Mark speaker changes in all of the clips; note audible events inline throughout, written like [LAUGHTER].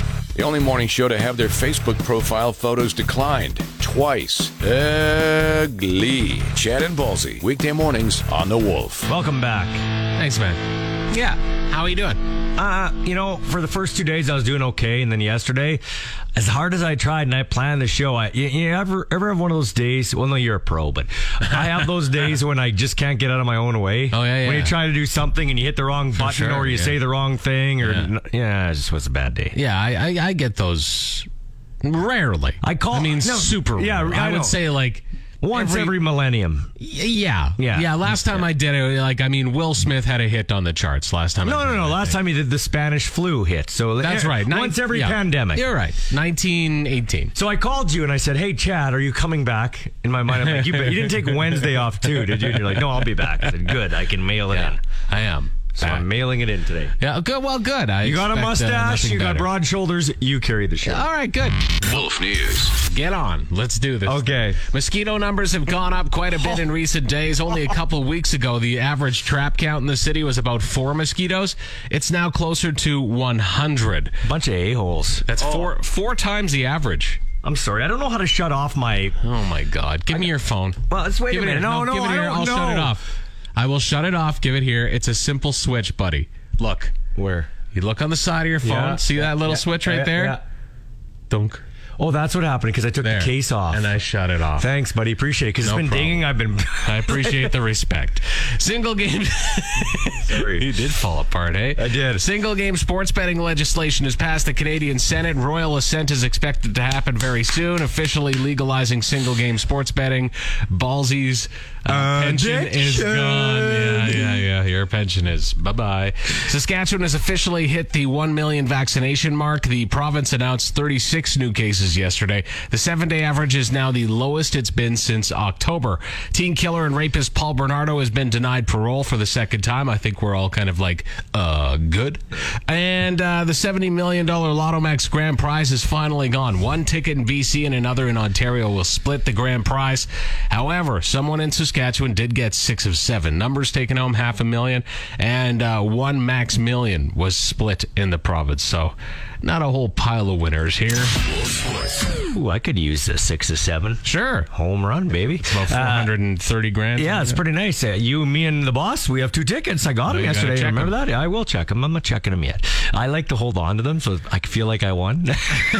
Speaker 1: The only morning show to have their Facebook profile photos declined twice. Ugly. Chad and Ballsy, weekday mornings on The Wolf.
Speaker 2: Welcome back.
Speaker 3: Thanks, man. Yeah. How are you doing?
Speaker 2: Uh, you know, for the first two days I was doing okay, and then yesterday, as hard as I tried and I planned the show, I you, you ever ever have one of those days? Well, no, you're a pro, but I have those days when I just can't get out of my own way.
Speaker 3: Oh, yeah,
Speaker 2: When
Speaker 3: yeah.
Speaker 2: you try to do something and you hit the wrong button,
Speaker 3: sure,
Speaker 2: or you
Speaker 3: yeah.
Speaker 2: say the wrong thing, or
Speaker 3: Yeah.
Speaker 2: yeah, it just was a bad day.
Speaker 3: Yeah, I, I, I get those rarely.
Speaker 2: I call-
Speaker 3: I mean,
Speaker 2: no,
Speaker 3: super.
Speaker 2: yeah,
Speaker 3: rare.
Speaker 2: I
Speaker 3: I,
Speaker 2: know.
Speaker 3: would say like
Speaker 2: Once every, millennium.
Speaker 3: y- yeah,
Speaker 2: Yeah.
Speaker 3: yeah. Last time I did it, like I mean, Will Smith had a hit on the charts last time. I
Speaker 2: No,
Speaker 3: did
Speaker 2: no,
Speaker 3: it, I
Speaker 2: no.
Speaker 3: think.
Speaker 2: Last time you did the Spanish flu hit, so
Speaker 3: That's
Speaker 2: eh,
Speaker 3: right. Nin-
Speaker 2: Once every
Speaker 3: yeah.
Speaker 2: pandemic.
Speaker 3: You're right. 1918.
Speaker 2: So I called you and I said, "Hey, Chad, are you coming back?" In my mind, I'm like, "You, bet- you didn't
Speaker 3: [LAUGHS]
Speaker 2: take Wednesday off too, did you?" And you're like, "No, I'll be back." I said, "Good, I can mail it in."
Speaker 3: I am.
Speaker 2: So I'm mailing it in today.
Speaker 3: yeah, good. Well, good. I
Speaker 2: You got a
Speaker 3: expect, uh,
Speaker 2: mustache.
Speaker 3: nothing
Speaker 2: you got
Speaker 3: better.
Speaker 2: broad shoulders. You carry the show.
Speaker 3: All right, good.
Speaker 1: Wolf News.
Speaker 3: Get on. Let's do this.
Speaker 2: Okay.
Speaker 3: Mosquito numbers have gone up quite a bit in recent days. Only a couple weeks ago, the average trap count in the city was about four mosquitoes. It's now closer to 100.
Speaker 2: Bunch of a holes.
Speaker 3: That's four four times the average.
Speaker 2: I'm sorry. I don't know how to shut off my.
Speaker 3: Oh my God! Give me your phone.
Speaker 2: Well, let's wait
Speaker 3: give
Speaker 2: a
Speaker 3: it
Speaker 2: minute.
Speaker 3: here.
Speaker 2: No, no,
Speaker 3: give it
Speaker 2: I
Speaker 3: here.
Speaker 2: don't
Speaker 3: I'll shut it
Speaker 2: know.
Speaker 3: off. I will shut it off. Give it here. It's a simple switch, buddy. Look,
Speaker 2: Where?
Speaker 3: you look on the side of your phone.
Speaker 2: Yeah.
Speaker 3: See that little switch right
Speaker 2: Yeah,
Speaker 3: there?
Speaker 2: yeah.
Speaker 3: Dunk.
Speaker 2: Oh, that's what happened because I took
Speaker 3: There.
Speaker 2: the case off.
Speaker 3: And I shut it off.
Speaker 2: Thanks, buddy. Appreciate it. Because
Speaker 3: No
Speaker 2: it's been
Speaker 3: problem.
Speaker 2: dinging. I've
Speaker 3: [LAUGHS]
Speaker 2: been.
Speaker 3: I appreciate
Speaker 2: [LAUGHS]
Speaker 3: the respect. Single game.
Speaker 2: Sorry.
Speaker 3: you did fall apart, eh?
Speaker 2: I did.
Speaker 3: Single game sports betting legislation has passed the Canadian Senate. Royal assent is expected to happen very soon, officially legalizing single game sports betting. Ballsy's uh, pension is
Speaker 2: Addiction.
Speaker 3: gone. Yeah, yeah, yeah. Your pension is bye bye. Saskatchewan has officially hit the 1 million vaccination mark. The province announced 36 new cases yesterday. The seven day average is now the lowest it's been since October. Teen killer and rapist Paul Bernardo has been denied parole for the second time. I think we're all kind of like, uh, good. And uh, the $70 million Lotto Max grand prize is finally gone. One ticket in BC and another in Ontario will split the grand prize. However, someone in Saskatchewan did get six of seven. Numbers taken home half a million, and uh, one max million was split in the province. So, not a whole pile of winners here.
Speaker 2: Ooh, I could use the six to seven.
Speaker 3: Sure.
Speaker 2: Home run, baby.
Speaker 3: About
Speaker 2: Uh,
Speaker 3: 430 grand.
Speaker 2: Yeah, it's pretty nice. Uh, you, me, and the boss, we have two tickets. I got them
Speaker 3: you gotta
Speaker 2: yesterday.
Speaker 3: check
Speaker 2: Remember that? I will check them. I'm not checking them yet. I like to hold on to them so I feel like I won. [LAUGHS]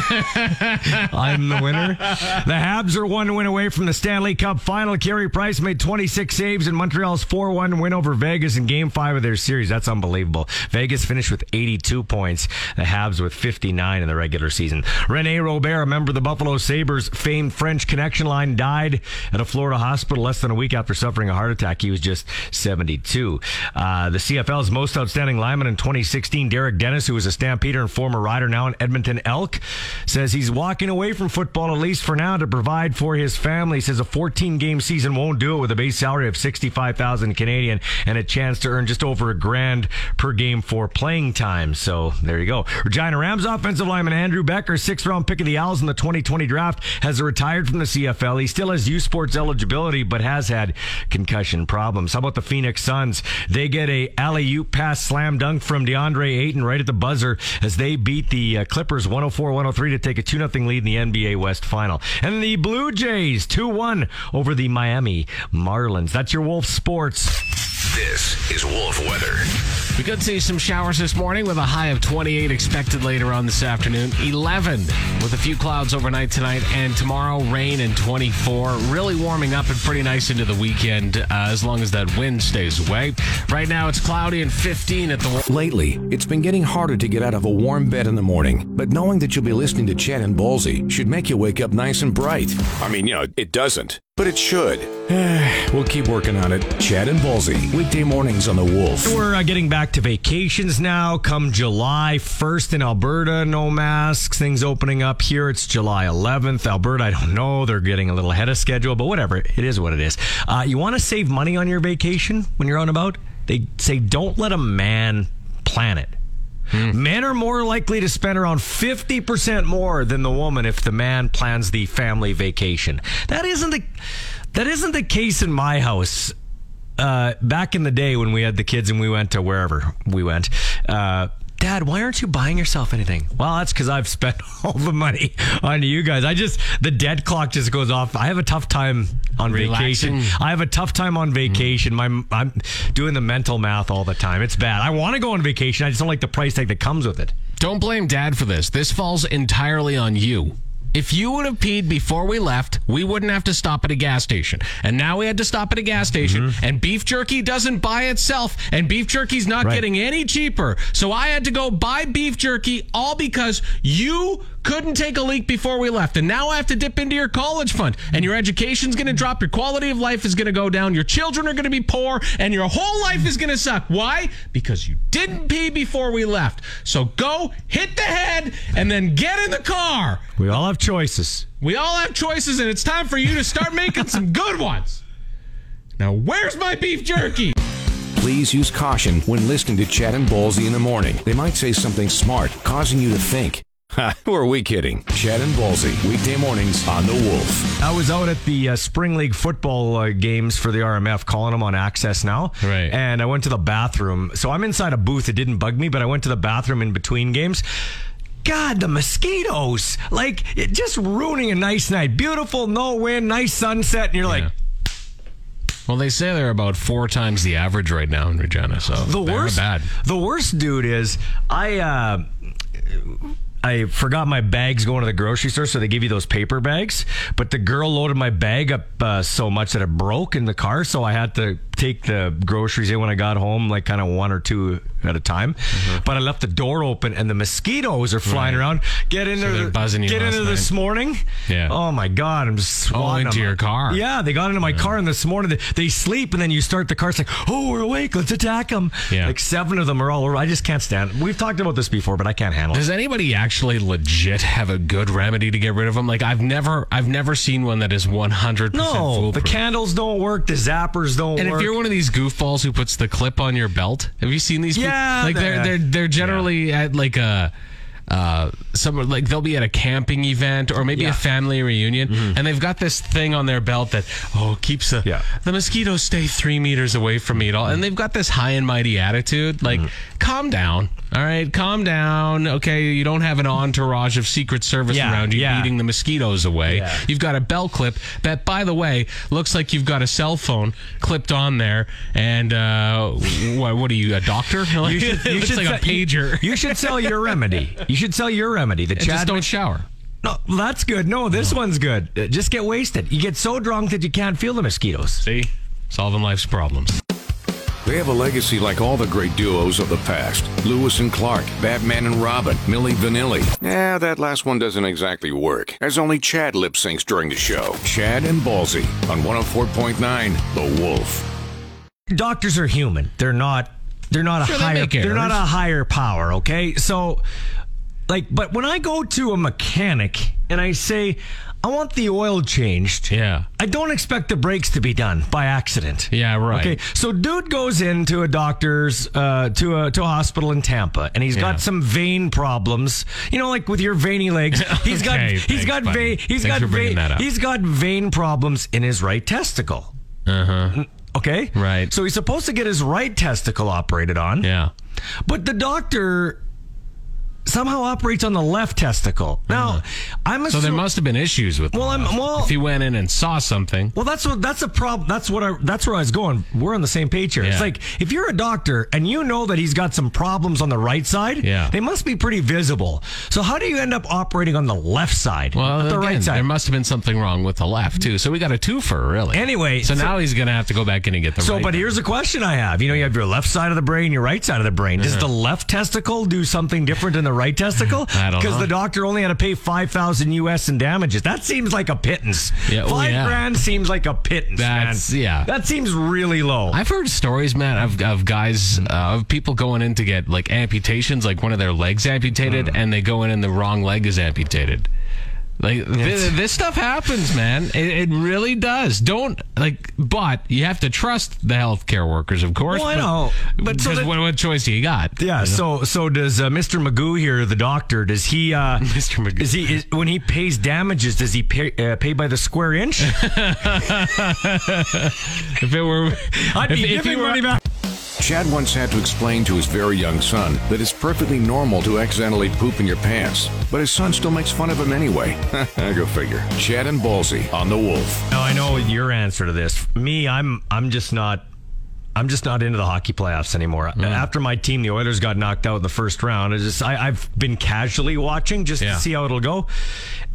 Speaker 2: I'm the winner. The Habs are one win away from the Stanley Cup final. Carey Price made 26 saves in Montreal's 4 1 win over Vegas in game five of their series. That's unbelievable. Vegas finished with 82 points, the Habs with 59 in the regular season. Rene Robert, a member of the Buffalo Sabres' famed French connection line, died at a Florida hospital less than a week after suffering a heart attack. He was just 72. Uh, the CFL's most outstanding lineman in 2016, Derek Dennis, who was a Stampeder and former rider now in Edmonton Elk, says he's walking away from football at least for now to provide for his family. Says a 14 game season won't do it with a base salary of 65,000 Canadian and a chance to earn just over a grand per game for playing time. So there you go. Regina Rams offensive lineman Andrew Becker, sixth round pick of the Owls in the 2020 draft, has retired from the CFL. He still has U Sports eligibility, but has had concussion problems. How about the Phoenix Suns? They get a alley oop pass slam dunk from DeAndre Ayton right at the buzzer as they beat the uh, Clippers 104 103 to take a 2 0 lead in the NBA West Final. And the Blue Jays 2 1 over the Miami Marlins. That's your Wolf Sports.
Speaker 1: This is Wolf Weather.
Speaker 3: We could see some showers this morning with a high of 28 expected later on this afternoon. 11 with a few clouds overnight tonight and tomorrow rain and 24. Really warming up and pretty nice into the weekend uh, as long as that wind stays away. Right now it's cloudy and 15 at the.
Speaker 1: Lately, it's been getting harder to get out of a warm bed in the morning, but knowing that you'll be listening to Chad and Ballsy should make you wake up nice and bright. I mean, you know, it doesn't, but it should. [SIGHS] we'll keep working on it. Chad and Ballsy, weekday mornings on The Wolf.
Speaker 2: We're uh, getting back to vacations now. Come July 1st in Alberta, no masks. Things opening up here. It's July 11th. Alberta, I don't know. They're getting a little ahead of schedule, but whatever. It is what it is. Uh, you want to save money on your vacation when you're out and about? They say don't let a man plan it. Men are more likely to spend around 50% more than the woman if the man plans the family vacation. That isn't the that isn't the case in my house uh, back in the day when we had the kids and we went to wherever we went, uh, Dad, why aren't you buying yourself anything? Well, that's because I've spent [LAUGHS] all the money on you guys. I just, the dead clock just goes off. I have a tough time on
Speaker 3: Relaxing.
Speaker 2: vacation. I have a tough time on vacation. My, I'm doing the mental math all the time. It's bad. I want to go on vacation. I just don't like the price tag that comes with it.
Speaker 3: Don't blame dad for this. This falls entirely on you. If you would have peed before we left, we wouldn't have to stop at a gas station. And now we had to stop at a gas station, and beef jerky doesn't buy itself, and beef jerky's not getting any cheaper. So I had to go buy beef jerky all because you couldn't take a leak before we left. And now I have to dip into your college fund, and your education's going to drop, your quality of life is going to go down, your children are going to be poor, and your whole life is going to suck. Why? Because you didn't pee before we left. So go hit the head and then get in the car.
Speaker 2: We all have choices.
Speaker 3: We all have choices, and it's time for you to start making some good ones. Now, where's my beef jerky?
Speaker 1: Please use caution when listening to Chad and Ballsy in the morning. They might say something smart, causing you to think. [LAUGHS] Ha, who are we kidding? Chad and Ballsy, weekday mornings on The Wolf.
Speaker 2: I was out at the uh, spring league football uh, games for the RMF, calling them on access now.
Speaker 3: Right.
Speaker 2: And I went to the bathroom. So I'm inside a booth. It didn't bug me, but I went to the bathroom in between games. God, the mosquitoes! Like it just ruining a nice night. Beautiful, no wind, nice sunset, and you're like,
Speaker 3: Well, they say they're about four times the average right now in Regina, so
Speaker 2: the
Speaker 3: they're
Speaker 2: worst
Speaker 3: bad.
Speaker 2: the worst dude is i uh I forgot my bags going to the grocery store, so they give you those paper bags. But the girl loaded my bag up uh, so much that it broke in the car, so I had to take the groceries in when I got home, like kind of one or two at a time.
Speaker 3: Mm-hmm.
Speaker 2: But I left the door open, and the mosquitoes are flying around. Get in
Speaker 3: they're
Speaker 2: there,
Speaker 3: buzzing you
Speaker 2: get in
Speaker 3: last
Speaker 2: there this morning.
Speaker 3: Yeah.
Speaker 2: Oh my god, I'm just swatting
Speaker 3: into
Speaker 2: them.
Speaker 3: your car.
Speaker 2: Yeah, they got into my car, and this morning they, they sleep, and then you start the car. It's like, oh, we're awake. Let's attack them.
Speaker 3: Yeah.
Speaker 2: Like seven of them are all over. I just can't stand. We've talked about this before, but I can't handle it.
Speaker 3: Does anybody actually legit have a good remedy to get rid of them? Like I've never, I've never seen one that is one hundred percent
Speaker 2: No, the
Speaker 3: foolproof.
Speaker 2: candles don't work. The zappers don't
Speaker 3: and
Speaker 2: work.
Speaker 3: if you're one of these goofballs who puts the clip on your belt, have you seen these? peop-
Speaker 2: Yeah,
Speaker 3: like they're
Speaker 2: they're-
Speaker 3: they're they're generally at like a. Uh, some like they'll be at a camping event or maybe
Speaker 2: Yeah. Mm-hmm.
Speaker 3: a family reunion, and they've got this thing on their belt that oh keeps the
Speaker 2: Yeah.
Speaker 3: the mosquitoes stay three meters away from me at all, and they've got this high and mighty attitude. Like,
Speaker 2: Mm-hmm.
Speaker 3: calm down, all right, calm down. Okay, you don't have an entourage of Secret Service
Speaker 2: Yeah,
Speaker 3: around you
Speaker 2: yeah.
Speaker 3: beating the mosquitoes away.
Speaker 2: Yeah.
Speaker 3: You've got a bell clip that, by the way, looks like you've got a cell phone clipped on there. And uh, what, what are you, a
Speaker 2: [LAUGHS]
Speaker 3: doctor?
Speaker 2: [LAUGHS] You
Speaker 3: it [LAUGHS] looks like a
Speaker 2: se- you-
Speaker 3: pager.
Speaker 2: You, should sell your remedy. You should sell your remedy.
Speaker 3: [LAUGHS]
Speaker 2: The
Speaker 3: And just
Speaker 2: Chad.
Speaker 3: don't shower.
Speaker 2: No, that's good. No, this one's good. Uh, Just get wasted. You get so drunk that you can't feel the mosquitoes.
Speaker 3: See? Solving life's problems.
Speaker 1: They have a legacy like all the great duos of the past Lewis and Clark, Batman and Robin, Millie Vanilli. Yeah, that last one doesn't exactly work, as only Chad lip syncs during the show. Chad and Ballsy on 104.9 The Wolf.
Speaker 2: doctors are human. They're not. They're not
Speaker 3: Sure,
Speaker 2: a
Speaker 3: they
Speaker 2: higher.
Speaker 3: make
Speaker 2: They are not a
Speaker 3: errors.
Speaker 2: higher power. Okay, so like, but when I go to a mechanic and I say, I want the oil changed.
Speaker 3: Yeah.
Speaker 2: I don't expect the brakes to be done by accident.
Speaker 3: Yeah, right.
Speaker 2: Okay, so dude goes into a doctor's, uh, to a to a hospital in Tampa, and he's
Speaker 3: Yeah.
Speaker 2: got some vein problems. You know, like with your veiny
Speaker 3: [LAUGHS]
Speaker 2: legs. He's got
Speaker 3: Okay,
Speaker 2: he's
Speaker 3: thanks,
Speaker 2: got
Speaker 3: buddy.
Speaker 2: vein he's
Speaker 3: Thanks
Speaker 2: got
Speaker 3: for bringing
Speaker 2: vein
Speaker 3: that up.
Speaker 2: he's got vein problems in his right testicle. Okay.
Speaker 3: Uh-huh. Right.
Speaker 2: So he's supposed to get his right testicle operated on.
Speaker 3: Yeah.
Speaker 2: But the doctor somehow operates on the left testicle. Now, I'm
Speaker 3: Uh-huh. So
Speaker 2: assuming.
Speaker 3: there must have been issues with
Speaker 2: well,
Speaker 3: them.
Speaker 2: I'm well.
Speaker 3: If he went in and saw something,
Speaker 2: Well, that's what that's a problem. That's what I that's where I was going. We're on the same page here.
Speaker 3: Yeah.
Speaker 2: It's like if you're a doctor and you know that he's got some problems on the right side,
Speaker 3: Yeah.
Speaker 2: they must be pretty visible. So how do you end up operating on the left side,
Speaker 3: well,
Speaker 2: not the
Speaker 3: again,
Speaker 2: right
Speaker 3: there
Speaker 2: side?
Speaker 3: must have been something wrong with the left, too. So we got a twofer, really.
Speaker 2: Anyway,
Speaker 3: so,
Speaker 2: so-
Speaker 3: now he's going to have to go back in and get the
Speaker 2: So,
Speaker 3: right.
Speaker 2: but
Speaker 3: one.
Speaker 2: here's a question I have. You know, you have your left side of the brain, your right side of the brain. Does the left testicle do something different than the right testicle?
Speaker 3: [LAUGHS] I don't know.
Speaker 2: Because the doctor only had to pay five thousand US in damages. That seems like a pittance.
Speaker 3: Yeah, oh,
Speaker 2: Five
Speaker 3: yeah.
Speaker 2: grand seems like a pittance.
Speaker 3: That's-
Speaker 2: man.
Speaker 3: yeah.
Speaker 2: That seems really low.
Speaker 3: I've heard stories, man, of, of guys,
Speaker 2: Mm-hmm.
Speaker 3: uh, of people going in to get like amputations, like one of their legs amputated,
Speaker 2: Mm.
Speaker 3: and they go in and the wrong leg is amputated. Like th- this stuff happens, man. It, it really does. Don't like, but you have to trust the healthcare workers, of course.
Speaker 2: Well, I know, but so
Speaker 3: because
Speaker 2: that-
Speaker 3: what, what choice do you got?
Speaker 2: yeah, so so does uh, Mr. Magoo here, the doctor? Does he, [LAUGHS] uh,
Speaker 3: Mr. Magoo.
Speaker 2: Is he is, when he pays damages? Does he pay, uh, pay by the square [LAUGHS] inch?
Speaker 3: If it were,
Speaker 2: I'd
Speaker 3: if,
Speaker 2: be
Speaker 3: if
Speaker 2: [LAUGHS]
Speaker 3: you
Speaker 2: giving
Speaker 3: were-
Speaker 2: money back.
Speaker 1: Chad once had to explain to his very young son that it's perfectly normal to accidentally poop in your pants, but his son still makes fun of him anyway. [LAUGHS] Go figure. Chad and Ballsy on the Wolf.
Speaker 2: No, I know your answer to this. Me, I'm I'm just not I'm just not into the hockey playoffs anymore. After my team, the Oilers, got knocked out in the first round, I just I, I've been casually watching just
Speaker 3: Yeah.
Speaker 2: to see how it'll go.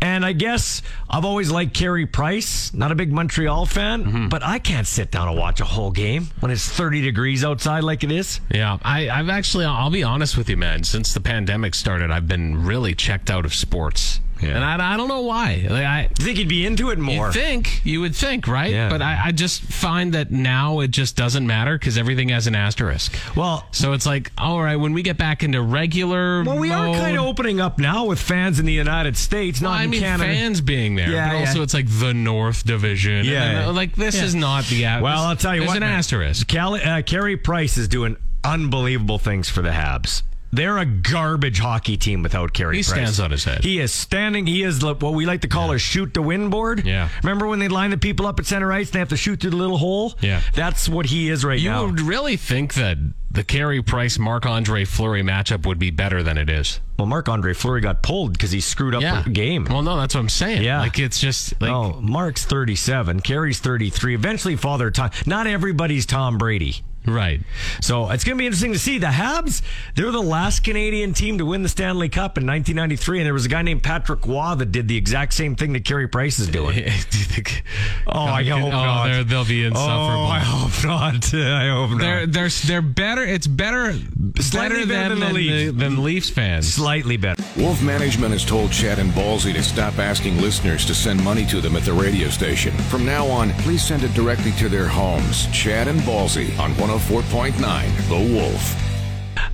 Speaker 2: And I guess I've always liked Carey Price. Not a big Montreal fan, but I can't sit down and watch a whole game when it's 30 degrees outside like it is.
Speaker 3: Yeah, I, I've actually, I'll be honest with you, man. Since the pandemic started, I've been really checked out of sports, and I, I don't know why. Like, I
Speaker 2: You think you'd be into it more?
Speaker 3: you think you would think, right?
Speaker 2: Yeah.
Speaker 3: But I, I just find that now it just doesn't matter because everything has an asterisk.
Speaker 2: well,
Speaker 3: So it's like, all right, when we get back into regular,
Speaker 2: well, we are
Speaker 3: mode-
Speaker 2: kind of opening up now with fans in the United States,
Speaker 3: Well,
Speaker 2: not
Speaker 3: I
Speaker 2: in
Speaker 3: mean,
Speaker 2: Canada.
Speaker 3: fans being there,
Speaker 2: Yeah,
Speaker 3: but
Speaker 2: yeah.
Speaker 3: also it's like the North Division.
Speaker 2: Yeah,
Speaker 3: And, uh,
Speaker 2: yeah.
Speaker 3: like this
Speaker 2: Yeah.
Speaker 3: is not the. a-
Speaker 2: Well, I'll tell you
Speaker 3: there's
Speaker 2: what,
Speaker 3: an
Speaker 2: man.
Speaker 3: asterisk.
Speaker 2: Cal- uh, Carey Price is doing unbelievable things for the Habs. They're a garbage hockey team without Carey
Speaker 3: He
Speaker 2: Price.
Speaker 3: stands on his head.
Speaker 2: He is standing. He is li- what we like to call a shoot to win board.
Speaker 3: Yeah.
Speaker 2: Remember when they line the people up at center ice and they have to shoot through the little hole?
Speaker 3: Yeah.
Speaker 2: That's what he is right
Speaker 3: You
Speaker 2: now.
Speaker 3: would really think that the Carey Price Marc Andre Fleury matchup would be better than it is.
Speaker 2: Well, Marc Andre Fleury got pulled because he screwed up a game.
Speaker 3: Well, no, that's what I'm saying.
Speaker 2: Yeah.
Speaker 3: Like it's just like
Speaker 2: oh, Mark's 37, Carey's 33. Eventually, Father Tom. Not everybody's Tom Brady.
Speaker 3: right.
Speaker 2: So it's going to be interesting to see. The Habs, they're the last Canadian team to win the Stanley Cup in 1993. And there was a guy named Patrick Waugh that did the exact same thing that Carey Price is
Speaker 3: [LAUGHS] Do
Speaker 2: doing.
Speaker 3: you think?
Speaker 2: Oh, I
Speaker 3: Oh,
Speaker 2: hope not.
Speaker 3: they're- they'll be insufferable.
Speaker 2: Oh, I hope not. [LAUGHS] I hope not.
Speaker 3: They're they're they're better. It's better
Speaker 2: Slightly better
Speaker 3: better
Speaker 2: than
Speaker 3: than
Speaker 2: the
Speaker 3: than,
Speaker 2: Leafs.
Speaker 3: than Leafs fans.
Speaker 2: Slightly better.
Speaker 1: Wolf management has told Chad and Ballsy to stop asking listeners to send money to them at the radio station. From now on, please send it directly to their homes. Chad and Ballsy on 104.9 The Wolf.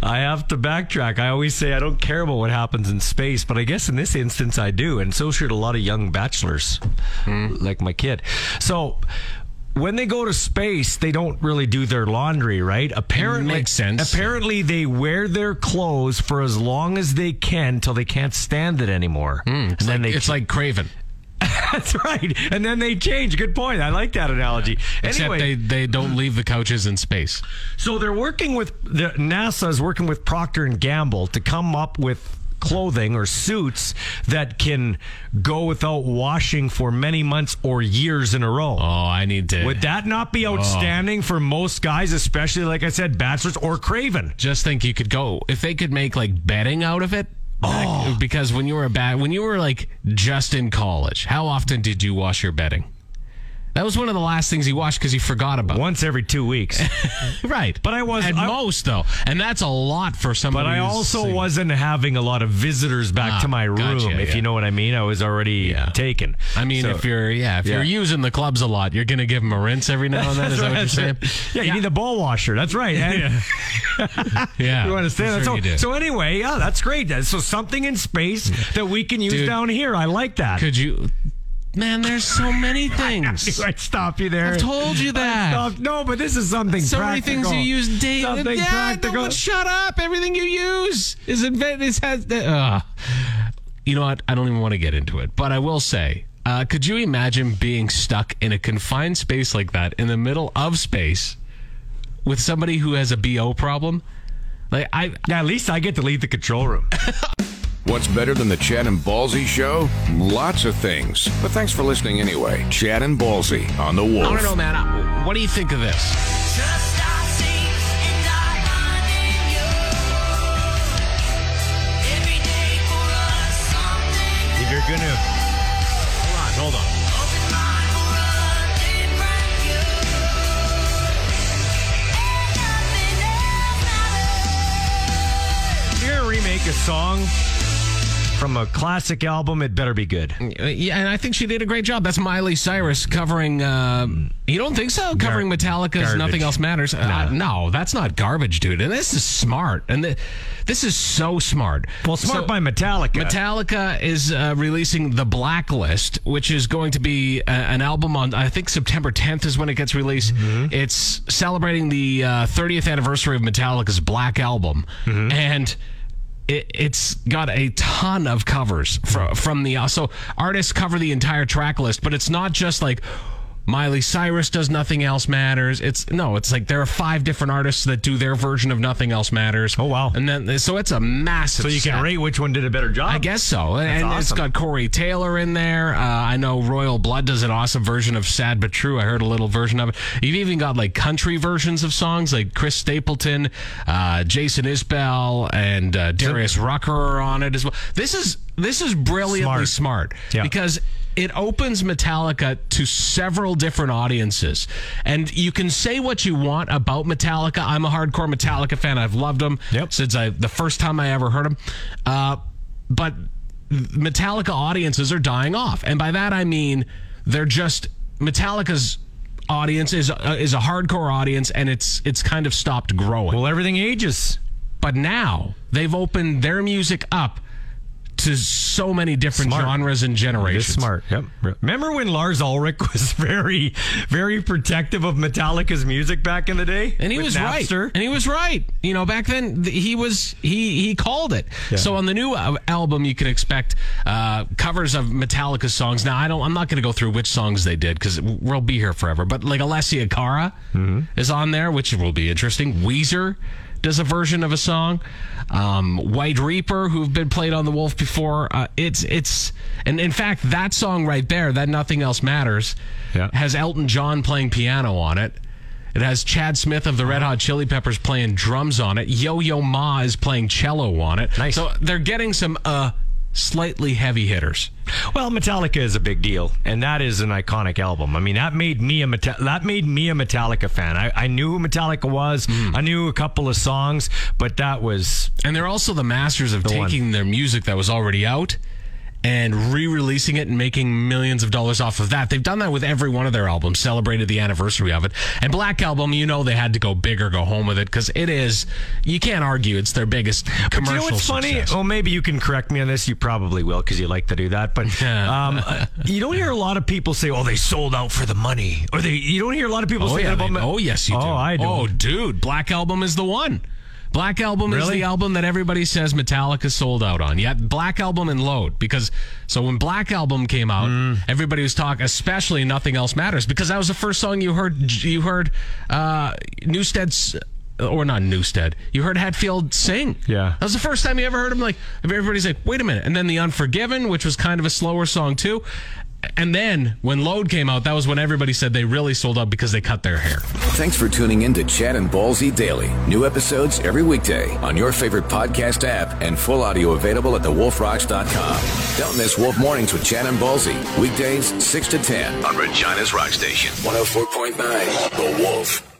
Speaker 2: I have to backtrack. I always say I don't care about what happens in space, but I guess in this instance I do, and so should a lot of young bachelors,
Speaker 3: Hmm.
Speaker 2: like my kid. So. When they go to space, they don't really do their laundry, right? Apparently,
Speaker 3: Makes sense.
Speaker 2: Apparently, they wear their clothes for as long as they can till they can't stand it anymore. and then they
Speaker 3: Hmm. It's like Craven,
Speaker 2: [LAUGHS] that's right, and then they change. Good point. I like that analogy.
Speaker 3: except
Speaker 2: anyway,
Speaker 3: they they don't leave the couches in space.
Speaker 2: so they're working with the NASA is working with Procter and Gamble to come up with clothing or suits that can go without washing for many months or years in a row.
Speaker 3: Oh, I need to.
Speaker 2: Would that not be outstanding for most guys, especially like I said, bachelors or Craven?
Speaker 3: just think you could go if they could make like betting out of it.
Speaker 2: Oh.
Speaker 3: like, because when you were a bad, when you were like just in college, how often did you wash your betting? That was one of the last things you washed because you forgot about.
Speaker 2: Once every two
Speaker 3: [LAUGHS]
Speaker 2: weeks.
Speaker 3: it. Right,
Speaker 2: But I was-
Speaker 3: at
Speaker 2: I-
Speaker 3: most though, and that's a lot for somebody.
Speaker 2: But I
Speaker 3: who's
Speaker 2: also
Speaker 3: single.
Speaker 2: wasn't having a lot of visitors back
Speaker 3: Ah,
Speaker 2: to my room,
Speaker 3: gotcha,
Speaker 2: if
Speaker 3: yeah.
Speaker 2: you know what I mean. I was already
Speaker 3: Yeah.
Speaker 2: taken.
Speaker 3: I mean,
Speaker 2: So-
Speaker 3: if you're yeah, if
Speaker 2: Yeah.
Speaker 3: you're using the clubs a lot, you're gonna give them a rinse every now and then. Is that what you're saying?
Speaker 2: [LAUGHS] yeah, you need the ball washer. That's
Speaker 3: [LAUGHS]
Speaker 2: right. And-
Speaker 3: Yeah,
Speaker 2: You understand?
Speaker 3: Oh, Sure
Speaker 2: That's all-
Speaker 3: you do. Mm.
Speaker 2: so anyway, yeah, that's great. That's- So something in space that we can use
Speaker 3: Dude.
Speaker 2: down here. I like that.
Speaker 3: could you? Man, there's so many things.
Speaker 2: Do [LAUGHS] I stop you there?
Speaker 3: I told you that.
Speaker 2: Stop- No, but this is something
Speaker 3: So
Speaker 2: practical.
Speaker 3: many things you use daily.
Speaker 2: Something
Speaker 3: yeah,
Speaker 2: practical.
Speaker 3: No, but shut up. Everything you use is invented. Is has. Uh, you know what? I don't even want to get into it, but I will say. Uh, could you imagine being stuck in a confined space like that in the middle of space with somebody who has a BO problem? Like I
Speaker 2: yeah, at least I get to leave the control
Speaker 3: [LAUGHS]
Speaker 2: room.
Speaker 1: What's better than the Chad and Ballsy show? Lots of things. But thanks for listening anyway. Chad and Ballsy on The
Speaker 3: I don't
Speaker 1: Wolf.
Speaker 3: know, man. I- What do you think of this?
Speaker 4: Trust I see and I find in you. Every day for us something.
Speaker 2: if you're gonna, hold on, hold on.
Speaker 4: Open mind for a different view. And
Speaker 2: If
Speaker 4: nothing else matters.
Speaker 2: you're gonna remake a song from a classic album, it better be good.
Speaker 3: Yeah, and I think she did a great job. That's Miley Cyrus covering. Um, you don't think so? Covering Metallica's
Speaker 2: garbage.
Speaker 3: "Nothing Else Matters." Uh, no, that's not garbage, dude. And this is smart. And th- this is so smart.
Speaker 2: Well, smart
Speaker 3: So-
Speaker 2: by Metallica.
Speaker 3: Metallica is uh, releasing The Blacklist, which is going to be a, an album on, I think September 10th is when it gets released.
Speaker 2: Mm-hmm.
Speaker 3: It's celebrating the uh, 30th anniversary of Metallica's Black Album.
Speaker 2: Mm-hmm.
Speaker 3: And. It, it's got a ton of covers from, from the uh, so artists cover the entire track list, but it's not just like Miley Cyrus does Nothing Else Matters. It's no, it's like there are five different artists that do their version of Nothing Else Matters.
Speaker 2: Oh, wow.
Speaker 3: And then so it's a massive.
Speaker 2: So you can
Speaker 3: set.
Speaker 2: rate which one did a better job.
Speaker 3: I guess so. and it's
Speaker 2: awesome.
Speaker 3: got Corey Taylor in there. Uh, I know Royal Blood does an awesome version of Sad But True. I heard a little version of it. You've even got like country versions of songs like Chris Stapleton, uh, Jason Isbell, and uh, Darius Rucker are on it as well. This is this is brilliantly smart,
Speaker 2: Yeah.
Speaker 3: because it opens Metallica to several different audiences. And you can say what you want about Metallica. I'm a hardcore Metallica fan. I've loved them
Speaker 2: Yep.
Speaker 3: since I uh, the first time I ever heard them. Uh, but Metallica audiences are dying off, and by that I mean they're just Metallica's audience is uh, is a hardcore audience, and it's it's kind of stopped growing.
Speaker 2: Well, everything ages.
Speaker 3: but now they've opened their music up to so many different
Speaker 2: Smart.
Speaker 3: genres and
Speaker 2: It's
Speaker 3: generations.
Speaker 2: smart. Yep. Remember when Lars Ulrich [LAUGHS] was very, very protective of Metallica's music back in the day?
Speaker 3: And he
Speaker 2: With
Speaker 3: was
Speaker 2: Napster?
Speaker 3: right. And he was right. You know, back then th- he was he he called it. So on the new al- album, you can expect uh, covers of Metallica songs. Now I don't. I'm not going to go through which songs they did because we'll be here forever. But like Alessia Cara is on there, which will be interesting. Weezer does a version of a song. Um, White Reaper, who've been played on the Wolf before. Uh, it's it's and in fact that song right there, that nothing else matters,
Speaker 2: Yeah.
Speaker 3: has Elton John playing piano on it. It has Chad Smith of the Red Hot Chili Peppers playing drums on it. Yo Yo Ma is playing cello on it.
Speaker 2: Nice.
Speaker 3: So they're getting some uh slightly heavy hitters.
Speaker 2: Well, Metallica is a big deal, and that is an iconic album. I mean, that made me a Meta- that made me a Metallica fan. I, I knew who Metallica was. I knew a couple of songs, but that was
Speaker 3: And they're also the masters of
Speaker 2: one.
Speaker 3: taking their music that was already out and re-releasing it and making millions of dollars off of that. They've done that with every one of their albums, celebrated the anniversary of it. And Black Album, you know they had to go big or go home with it because it is you can't argue it's their biggest
Speaker 2: Do
Speaker 3: commercial
Speaker 2: you know what's funny?
Speaker 3: success.
Speaker 2: Well, maybe you can correct me on this. You probably will because you like to do that. [LAUGHS] But um, uh, you don't hear a lot of people say, "Oh, they sold out for the money," or they. You don't hear a lot of people
Speaker 3: Oh,
Speaker 2: say
Speaker 3: yeah,
Speaker 2: that
Speaker 3: they-
Speaker 2: about.
Speaker 3: oh yes, you
Speaker 2: oh,
Speaker 3: do.
Speaker 2: I do.
Speaker 3: Oh, dude, Black Album is the one. Black Album is
Speaker 2: Really?
Speaker 3: the album that everybody says Metallica sold out on. Yeah, Black Album and Load. Because so when Black Album came out,
Speaker 2: Mm.
Speaker 3: everybody was talking, especially Nothing Else Matters, because that was the first song you heard. You heard uh, Newstead's. Or not Newstead. You heard Hatfield sing.
Speaker 2: Yeah.
Speaker 3: that was the first time you ever heard him. Like everybody's like, "Wait a minute!" And then the Unforgiven, which was kind of a slower song too. And then when Load came out, that was when everybody said they really sold out because they cut their hair.
Speaker 5: Thanks for tuning in to Chad and Ballsy Daily. New episodes every weekday on your favorite podcast app and full audio available at thewolfrocks.com. Don't miss Wolf Mornings with Chad and Ballsy. oh Weekdays 6 to 10 on Regina's Rock Station. 104.9 The Wolf.